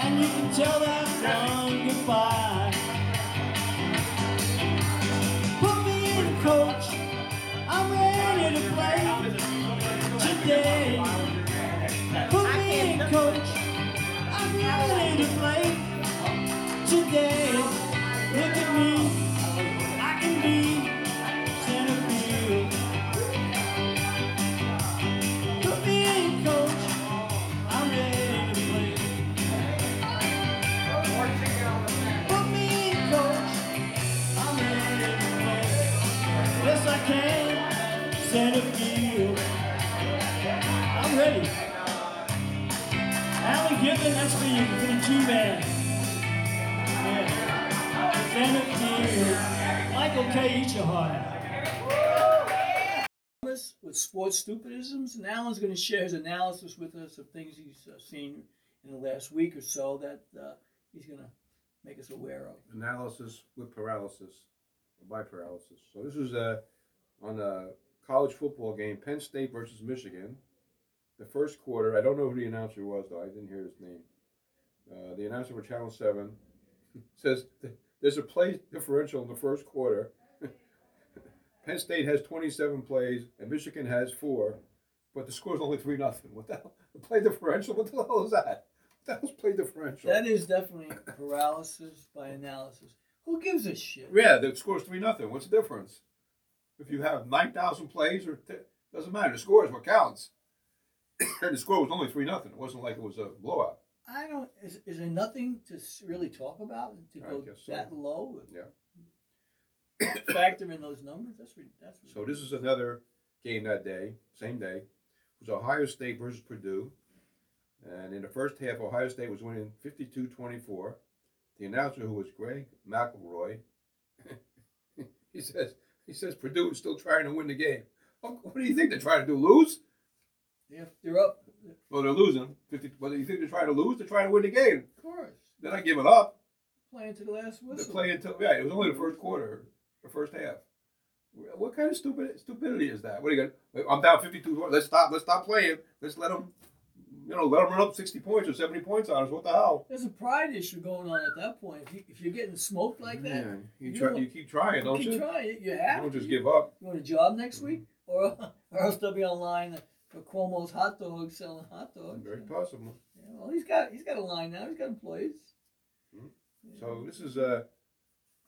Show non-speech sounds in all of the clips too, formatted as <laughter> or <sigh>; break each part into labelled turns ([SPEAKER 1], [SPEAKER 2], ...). [SPEAKER 1] and you can tell that one goodbye. Put me in a coach, I'm ready to play today. Put me in coach, I'm ready to play today. Look at me, I can be center field. Put me in coach, I'm ready to play. Put me in coach, I'm ready to play. Yes, I can, center field. I'm ready. Alan Gibbon, that's for you, for the G-Man. Yeah. Center field. Michael K. Ichihara. Thomas with sports stupidisms, and Alan's going to share his analysis with us of things he's uh, seen in the last week or so that uh, he's going to make us aware of.
[SPEAKER 2] analysis with paralysis or by paralysis. So this is uh, on a college football game, Penn State versus Michigan. The first quarter, I don't know who the announcer was though. I didn't hear his name. Uh, the announcer for Channel Seven <laughs> says th- there's a play differential in the first quarter. <laughs> Penn State has 27 plays and Michigan has four, but the score's only three nothing. What the hell? The play differential? What the hell is that? That was play differential.
[SPEAKER 1] That is definitely paralysis by analysis. Who gives a shit?
[SPEAKER 2] Yeah, the score's three nothing. What's the difference? If you have nine thousand plays or t- doesn't matter. The score is what counts. <coughs> and the score was only three nothing. It wasn't like it was a blowout.
[SPEAKER 1] I don't. Is, is there nothing to s- really talk about to
[SPEAKER 2] I
[SPEAKER 1] go
[SPEAKER 2] guess so.
[SPEAKER 1] that low?
[SPEAKER 2] Yeah.
[SPEAKER 1] <coughs> Factor in those numbers. That's re- that's.
[SPEAKER 2] So this is another game that day, same day. It was Ohio State versus Purdue. And in the first half, Ohio State was winning 52-24. The announcer, who was Greg McElroy, <laughs> he says he says Purdue is still trying to win the game. Oh, What what do you think they're trying to do? Lose?
[SPEAKER 1] They're, they're up. Of
[SPEAKER 2] Well, they're losing. 50, but you think they're trying to lose? They're trying to win the game.
[SPEAKER 1] course,
[SPEAKER 2] They're not giving up.
[SPEAKER 1] playing to the last
[SPEAKER 2] They're
[SPEAKER 1] whistle.
[SPEAKER 2] playing until yeah. It was only the first quarter, the first half. What kind of stupid stupidity is that? What are you going? I'm down 52. Let's stop. Let's stop playing. Let's let them, you know, let them run up 60 points or 70 points on us. What the hell?
[SPEAKER 1] There's a pride issue going on at that point. If, you, if you're getting smoked like that,
[SPEAKER 2] Man, you,
[SPEAKER 1] you
[SPEAKER 2] try,
[SPEAKER 1] don't-
[SPEAKER 2] you keep trying, Mm-hmm. don't
[SPEAKER 1] keep
[SPEAKER 2] you? Mm-hmm.
[SPEAKER 1] trying. You
[SPEAKER 2] You
[SPEAKER 1] have
[SPEAKER 2] don't just
[SPEAKER 1] to.
[SPEAKER 2] give up.
[SPEAKER 1] You want a job next week, or <laughs> or else they'll be online for Cuomo's hot dogs selling hot dogs.
[SPEAKER 2] Very possible.
[SPEAKER 1] Yeah, well, he's got he's got a line now. He's got employees.
[SPEAKER 2] Mhm.
[SPEAKER 1] Yeah.
[SPEAKER 2] So this is uh,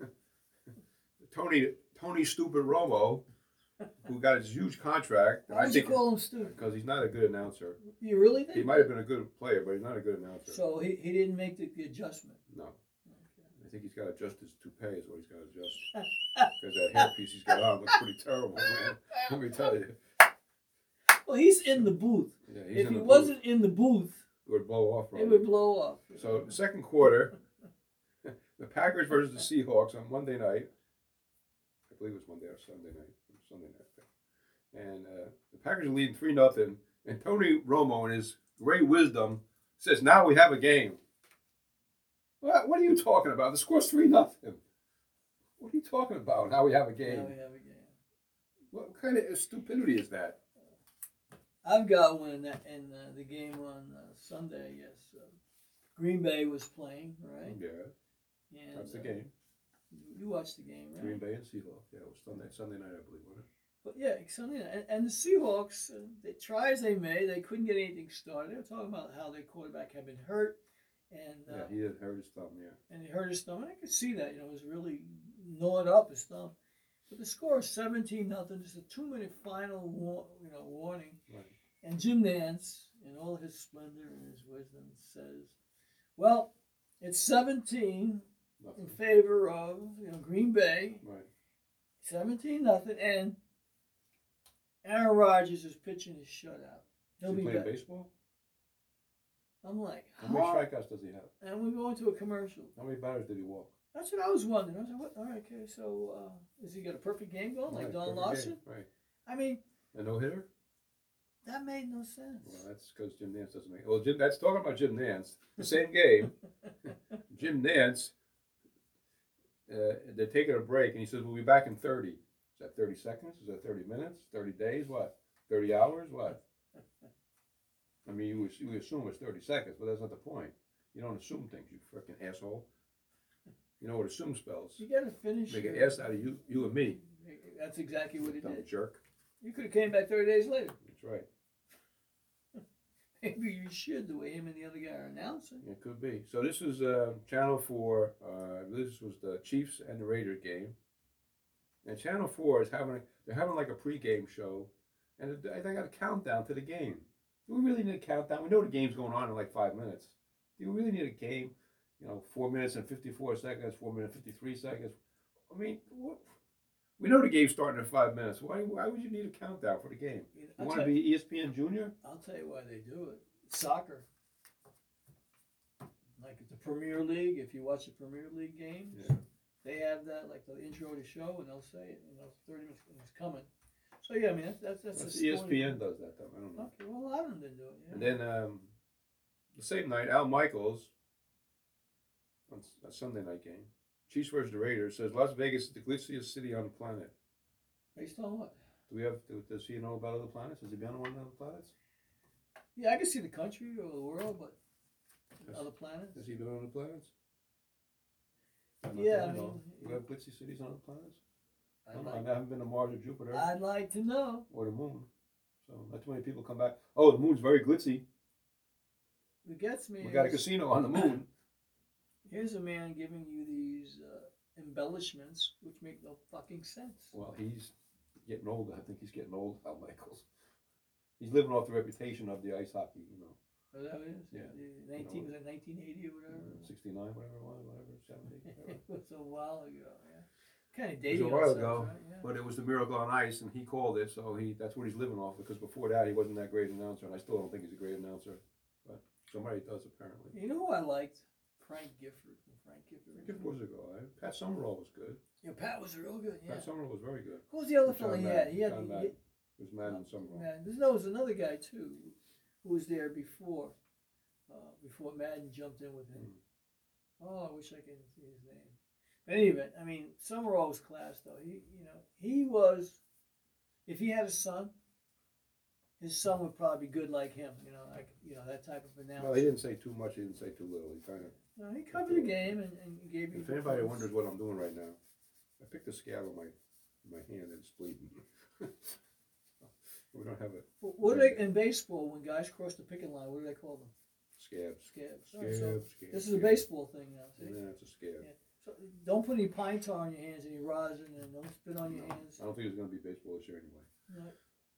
[SPEAKER 2] <laughs> Tony Tony Stupid Romo, who got his huge contract. and
[SPEAKER 1] Why would you call him Stu?
[SPEAKER 2] Because he's not a good announcer.
[SPEAKER 1] You really
[SPEAKER 2] He
[SPEAKER 1] think?
[SPEAKER 2] might have been a good player, but he's not a good announcer.
[SPEAKER 1] So he, he didn't make the, the adjustment.
[SPEAKER 2] no, I think he's got to adjust his toupee. Is what he's got
[SPEAKER 1] <laughs>
[SPEAKER 2] to adjust. Because that hairpiece he's got on looks pretty terrible, man. Let me tell you.
[SPEAKER 1] Well, he's in the booth.
[SPEAKER 2] Yeah, he's
[SPEAKER 1] If
[SPEAKER 2] in
[SPEAKER 1] he
[SPEAKER 2] the booth.
[SPEAKER 1] wasn't in the booth,
[SPEAKER 2] It would blow off.
[SPEAKER 1] it
[SPEAKER 2] From
[SPEAKER 1] would
[SPEAKER 2] him.
[SPEAKER 1] blow up.
[SPEAKER 2] So second quarter, <laughs> the Packers versus the Seahawks on Monday night. I believe it was Monday or Sunday night. Sunday night. I think. And uh, the Packers are leading three nothing. And Tony Romo, in his great wisdom, says, "Now we have a game." What, what are you talking about? The score's three nothing. What are you talking about? Now we have a game.
[SPEAKER 1] Now Oh, we have a game.
[SPEAKER 2] What kind of stupidity is that?
[SPEAKER 1] I've got one in, that, in uh, the game on uh, Sunday. Yes, uh, Green Bay was playing, right?
[SPEAKER 2] Yeah,
[SPEAKER 1] And,
[SPEAKER 2] Mm-hmm. that's the
[SPEAKER 1] uh,
[SPEAKER 2] game.
[SPEAKER 1] you- You watched the game, right?
[SPEAKER 2] Green Bay and Seahawks. Yeah, it was Sunday. Sunday night, I believe, wasn't
[SPEAKER 1] But yeah, Sunday night. And, and the Seahawks, uh, they try as they may, they couldn't get anything started. They were talking about how their quarterback had been hurt, and
[SPEAKER 2] it?
[SPEAKER 1] uh,
[SPEAKER 2] Yeah, he had hurt his thumb. Yeah.
[SPEAKER 1] and he hurt his thumb. And I could see that, you know, it was really gnawed up his thumb. But the score is seventeen nothing. Just a two minute final, war, you know, warning.
[SPEAKER 2] Right.
[SPEAKER 1] And Jim Nance, in all his splendor and his wisdom, says, "Well, it's seventeen in
[SPEAKER 2] Nothing.
[SPEAKER 1] favor of you know Green Bay,
[SPEAKER 2] Right.
[SPEAKER 1] seventeen nothing, and Aaron Rodgers is pitching his shutout. He'll
[SPEAKER 2] Is he
[SPEAKER 1] be
[SPEAKER 2] playing
[SPEAKER 1] back."
[SPEAKER 2] baseball?
[SPEAKER 1] I'm like,
[SPEAKER 2] How many
[SPEAKER 1] "Huh?"
[SPEAKER 2] strikeouts does he have?
[SPEAKER 1] and we go into a commercial.
[SPEAKER 2] How many batters did he walk?
[SPEAKER 1] That's what I was wondering. I was like, what? All right, okay, so uh, is he got a perfect game going like
[SPEAKER 2] Right,
[SPEAKER 1] Don
[SPEAKER 2] perfect
[SPEAKER 1] Lawson?
[SPEAKER 2] game, Right.
[SPEAKER 1] I mean,
[SPEAKER 2] A no hitter?
[SPEAKER 1] that made no sense.
[SPEAKER 2] Well, that's because Jim Nance doesn't make Well, Jim, that's talking about Jim Nance. The
[SPEAKER 1] <laughs>
[SPEAKER 2] same game, Jim Nance, uh, they're taking a break, and he says, We'll be back in 30. Is that 30 seconds? Is that 30 minutes? 30 days? What? 30 hours? What? I mean, you, would- you would assume it's 30 seconds, but that's not the point. You don't assume things, you freaking asshole. You know what assume spells?
[SPEAKER 3] You gotta finish.
[SPEAKER 2] Make an
[SPEAKER 3] your-
[SPEAKER 2] ass out of you, you and me,
[SPEAKER 3] That's exactly what it
[SPEAKER 2] dumb
[SPEAKER 3] did.
[SPEAKER 2] jerk.
[SPEAKER 3] You could have came back thirty days later. <laughs>
[SPEAKER 2] That's right.
[SPEAKER 3] Maybe you should, the way him and the other guy are announcing.
[SPEAKER 2] It could be. So this was uh, Channel Four. Uh, I believe this was the Chiefs and the Raiders game. And Channel Four is having they're having like a pregame show, and it- they got a countdown to the game. Do we really need a countdown? We know the game's going on in like five minutes. Do we really need a game? You know, four minutes and fifty-four seconds, four minutes and fifty-three seconds. I mean, what? We know the game's starting in five minutes. Why? Why would you need a countdown for the game? You
[SPEAKER 3] I'll
[SPEAKER 2] want to
[SPEAKER 3] tell,
[SPEAKER 2] be E ESPN Junior?
[SPEAKER 3] I'll tell you why they do it. Soccer. Like at the Premier League, if you watch the Premier League games,
[SPEAKER 2] Yeah.
[SPEAKER 3] they have that like the intro to show, and they'll say it, and they'll thirty minutes and it's coming. So yeah, I mean that's that's that's,
[SPEAKER 2] That's E
[SPEAKER 3] a sporting-
[SPEAKER 2] ESPN does that though. I don't know.
[SPEAKER 3] Okay, well a lot of them didn't do it. Yeah.
[SPEAKER 2] And then um, the same night, Al Michaels, on s- a Sunday night game, Chiefs versus the Raiders, says Las Vegas is the glitziest city on the planet.
[SPEAKER 3] Based on what?
[SPEAKER 2] Do we have? Do, does he know about other planets? Has he been on one of the other planets?
[SPEAKER 3] Yeah, I can see the country or the world, but
[SPEAKER 2] Yes.
[SPEAKER 3] other planets.
[SPEAKER 2] Has he been on other planets? I'm not
[SPEAKER 3] Yeah,
[SPEAKER 2] sure,
[SPEAKER 3] I
[SPEAKER 2] you know.
[SPEAKER 3] mean,
[SPEAKER 2] do we have glitzy cities on other planets? I,
[SPEAKER 3] I'd
[SPEAKER 2] don't know.
[SPEAKER 3] like,
[SPEAKER 2] I haven't been to Mars or Jupiter
[SPEAKER 3] I'd like to know.
[SPEAKER 2] or the Moon, so not too many people come back. Oh, the Moon's very glitzy.
[SPEAKER 3] What gets me?
[SPEAKER 2] We got a
[SPEAKER 3] is-
[SPEAKER 2] casino on the Moon.
[SPEAKER 3] Here's a man giving you these uh, embellishments which make no fucking sense.
[SPEAKER 2] Well, he's getting older. I think he's getting old, <laughs> Al Michaels. He's living off the reputation of the ice hockey, you know.
[SPEAKER 3] Is that what it is?
[SPEAKER 2] Yeah.
[SPEAKER 3] The 19, was it 1980 or whatever?
[SPEAKER 2] 69, whatever it was, whatever, 70. whatever.
[SPEAKER 3] <laughs> it was a while ago, yeah. Kind of
[SPEAKER 2] was
[SPEAKER 3] dating.
[SPEAKER 2] a while
[SPEAKER 3] ourselves,
[SPEAKER 2] ago,
[SPEAKER 3] right? Yeah.
[SPEAKER 2] but it was the miracle on ice, and he called it, so he that's what he's living off. Because before that, he wasn't that great announcer, and I still don't think he's a great announcer, but somebody does apparently.
[SPEAKER 3] You know who I liked? Frank Gifford. When Frank Gifford.
[SPEAKER 2] Give was a go. eh? Pat Summerall was good.
[SPEAKER 3] Yeah, Pat was real good. Yeah.
[SPEAKER 2] Pat Summerall was very good.
[SPEAKER 3] Who was the other
[SPEAKER 2] John
[SPEAKER 3] fellow he
[SPEAKER 2] Madden.
[SPEAKER 3] had? He had.
[SPEAKER 2] John
[SPEAKER 3] he-
[SPEAKER 2] Madden. It was Madden and Summerall.
[SPEAKER 3] Madden. There's, no, there was another guy too, who was there before, uh, before Madden jumped in with him.
[SPEAKER 2] Hmm.
[SPEAKER 3] Oh, I wish I could see his name. But anyway, I mean, Summerall was class though. He, you know, he was. If he had a son, his son would probably be good like him. You know, like you know that type of
[SPEAKER 2] Well, he
[SPEAKER 3] analogy.
[SPEAKER 2] didn't say too much. He didn't say too little. He kind of.
[SPEAKER 3] No, he covered the game and, and gave you.
[SPEAKER 2] If anybody
[SPEAKER 3] performance.
[SPEAKER 2] wonders what I'm doing right now, I picked a scab on my my hand and it's bleeding. <laughs> we don't have a
[SPEAKER 3] Wh- what do they in baseball when guys cross the picket line? What do they call them?
[SPEAKER 2] scab.
[SPEAKER 3] Scabs.
[SPEAKER 2] Scab.
[SPEAKER 3] Alright, so
[SPEAKER 2] scab,
[SPEAKER 3] this is a
[SPEAKER 2] scab.
[SPEAKER 3] baseball thing now. See?
[SPEAKER 2] Yeah, it's a scab.
[SPEAKER 3] Yeah. So don't put any pine tar on your hands, any rosin, and don't spit on your
[SPEAKER 2] No,
[SPEAKER 3] hands.
[SPEAKER 2] I don't think it's going to be baseball this year anyway.
[SPEAKER 3] No.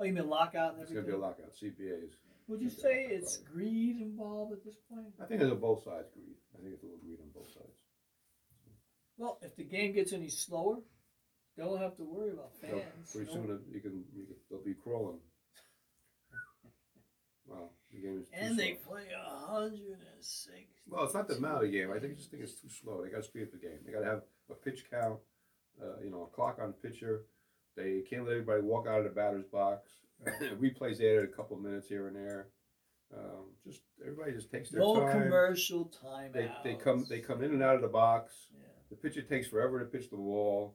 [SPEAKER 3] Oh, you mean lockout and
[SPEAKER 2] It's going to
[SPEAKER 3] everything?
[SPEAKER 2] be a lockout. CBAs.
[SPEAKER 3] Would you
[SPEAKER 2] it's
[SPEAKER 3] say
[SPEAKER 2] gonna be a
[SPEAKER 3] it's
[SPEAKER 2] lockout.
[SPEAKER 3] greed involved at this point?
[SPEAKER 2] I think it's a both sides greed. I think it's a little greed on both sides.
[SPEAKER 3] Well, if the game gets any slower, they don't have to worry about
[SPEAKER 2] So
[SPEAKER 3] fans.
[SPEAKER 2] pretty
[SPEAKER 3] No-
[SPEAKER 2] soon it- you can, you can they'll be crawling. <laughs> Wow, the game is too
[SPEAKER 3] and they
[SPEAKER 2] slow.
[SPEAKER 3] play a hundred and sixty.
[SPEAKER 2] Well, it's not the amount of the game. I think I just think it's too slow. They got to speed up the game. They got to have a pitch count, uh, you know, a clock on the pitcher. They can't let everybody walk out of the batter's
[SPEAKER 3] <laughs>
[SPEAKER 2] box. Replays added a couple minutes here and there. Um, just everybody just takes their
[SPEAKER 3] No
[SPEAKER 2] time.
[SPEAKER 3] commercial timeouts.
[SPEAKER 2] They, they come they come in and out of the box.
[SPEAKER 3] Yeah.
[SPEAKER 2] The pitcher takes forever to pitch the wall.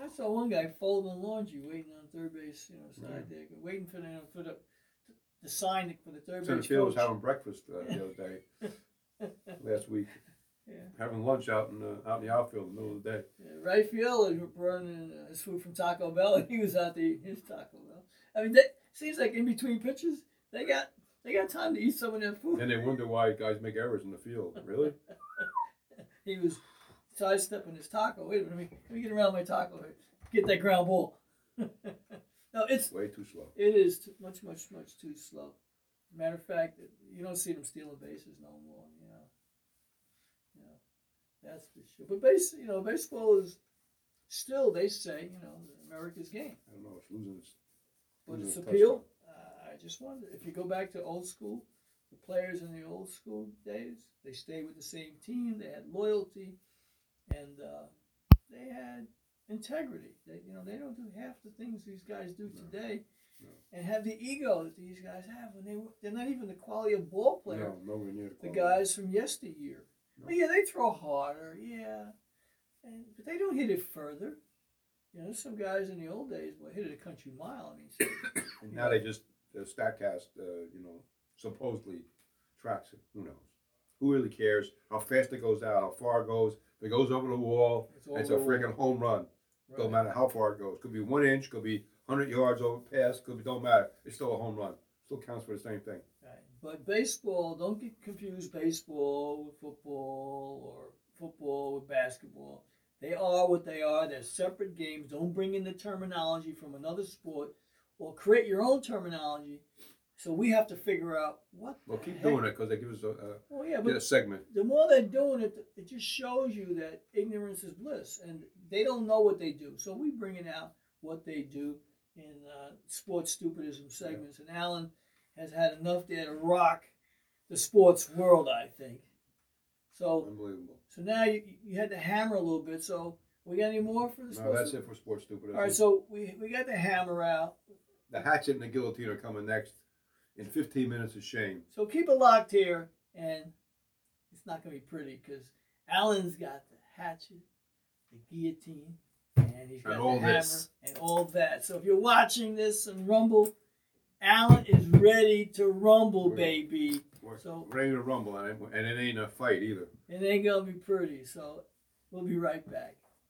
[SPEAKER 3] I saw one guy folding laundry, waiting on third base, you know, side
[SPEAKER 2] Right.
[SPEAKER 3] deck, waiting for the for the, the sign for the third
[SPEAKER 2] Center
[SPEAKER 3] base
[SPEAKER 2] Field was
[SPEAKER 3] coach.
[SPEAKER 2] having breakfast uh, the other
[SPEAKER 3] <laughs>
[SPEAKER 2] day, last week,
[SPEAKER 3] Yeah.
[SPEAKER 2] having lunch out in the out in the outfield in the middle of the day.
[SPEAKER 3] Yeah, Ray Field is burning uh, his food from Taco Bell, <laughs> and he was out there eating his Taco Bell. I mean, that seems like in between pitches, they got they got time to eat some of their food.
[SPEAKER 2] And they wonder why guys make errors in the field. Really?
[SPEAKER 3] He was sidestepping his taco. Wait a minute, let me, let me get around my taco. here. Get that ground ball. <laughs> no, it's
[SPEAKER 2] Way too slow.
[SPEAKER 3] it is too, much, much, much too slow. Matter of fact, you don't see them stealing bases no more. You know, you know, that's for sure. But base, you know, baseball is still they say you know America's game.
[SPEAKER 2] I don't know. It's losing its
[SPEAKER 3] But
[SPEAKER 2] Losing
[SPEAKER 3] its
[SPEAKER 2] a
[SPEAKER 3] appeal, uh, I just wonder if you go back to old school, the players in the old school days, they stayed with the same team, they had loyalty, and uh, they had integrity. They, you know, they don't do half the things these guys do
[SPEAKER 2] No.
[SPEAKER 3] today,
[SPEAKER 2] No.
[SPEAKER 3] and have the ego that these guys have when they were- they're not even the quality of ball player.
[SPEAKER 2] No, nowhere near the
[SPEAKER 3] The
[SPEAKER 2] quality.
[SPEAKER 3] guys from yesteryear.
[SPEAKER 2] No.
[SPEAKER 3] Well, yeah, they throw harder, yeah, and, but they don't hit it further. You know, there's some guys in the old days well hit it a country mile. I mean, so-
[SPEAKER 2] And now they just uh, Statcast, uh, you know, supposedly tracks it. Who knows? Who really cares how fast it goes out, how far it goes? If it goes over the wall,
[SPEAKER 3] It's over
[SPEAKER 2] it's a
[SPEAKER 3] the wall.
[SPEAKER 2] freaking home run. Don't matter how far it goes. Could be one inch, could be 100 yards over pass, could be, don't matter. It's still a home run. Still counts for the same thing.
[SPEAKER 3] Right. But baseball, don't get confused baseball with football or football with basketball. They are what they are. They're separate games. Don't bring in the terminology from another sport or create your own terminology. So we have to figure out what.
[SPEAKER 2] Well,
[SPEAKER 3] the
[SPEAKER 2] keep
[SPEAKER 3] heck-
[SPEAKER 2] doing it because they give us a, a,
[SPEAKER 3] Well, yeah,
[SPEAKER 2] get
[SPEAKER 3] but
[SPEAKER 2] a segment.
[SPEAKER 3] the more they're doing it, it just shows you that ignorance is bliss, and they don't know what they do. So we bringing out what they do in uh, sports stupidism segments, and Alan has had enough there to rock the sports world, I think. So,
[SPEAKER 2] Unbelievable.
[SPEAKER 3] so now you, you had to hammer a little bit. So we got any more for the
[SPEAKER 2] No,
[SPEAKER 3] sports?
[SPEAKER 2] that's it for sports stupid.
[SPEAKER 3] All right, so we we got the hammer out.
[SPEAKER 2] the hatchet and the guillotine are coming next in 15 minutes of shame.
[SPEAKER 3] So keep it locked here, and it's not going to be pretty because Alan's got the hatchet, the guillotine, and he's got
[SPEAKER 2] And all
[SPEAKER 3] the hammer
[SPEAKER 2] this.
[SPEAKER 3] and all that. So if you're watching this and Rumble, Alan is ready to rumble,
[SPEAKER 2] Right.
[SPEAKER 3] baby.
[SPEAKER 2] We're
[SPEAKER 3] So-
[SPEAKER 2] ready to rumble, and it, and it ain't a fight either.
[SPEAKER 3] It ain't going to be pretty. So we'll be right back.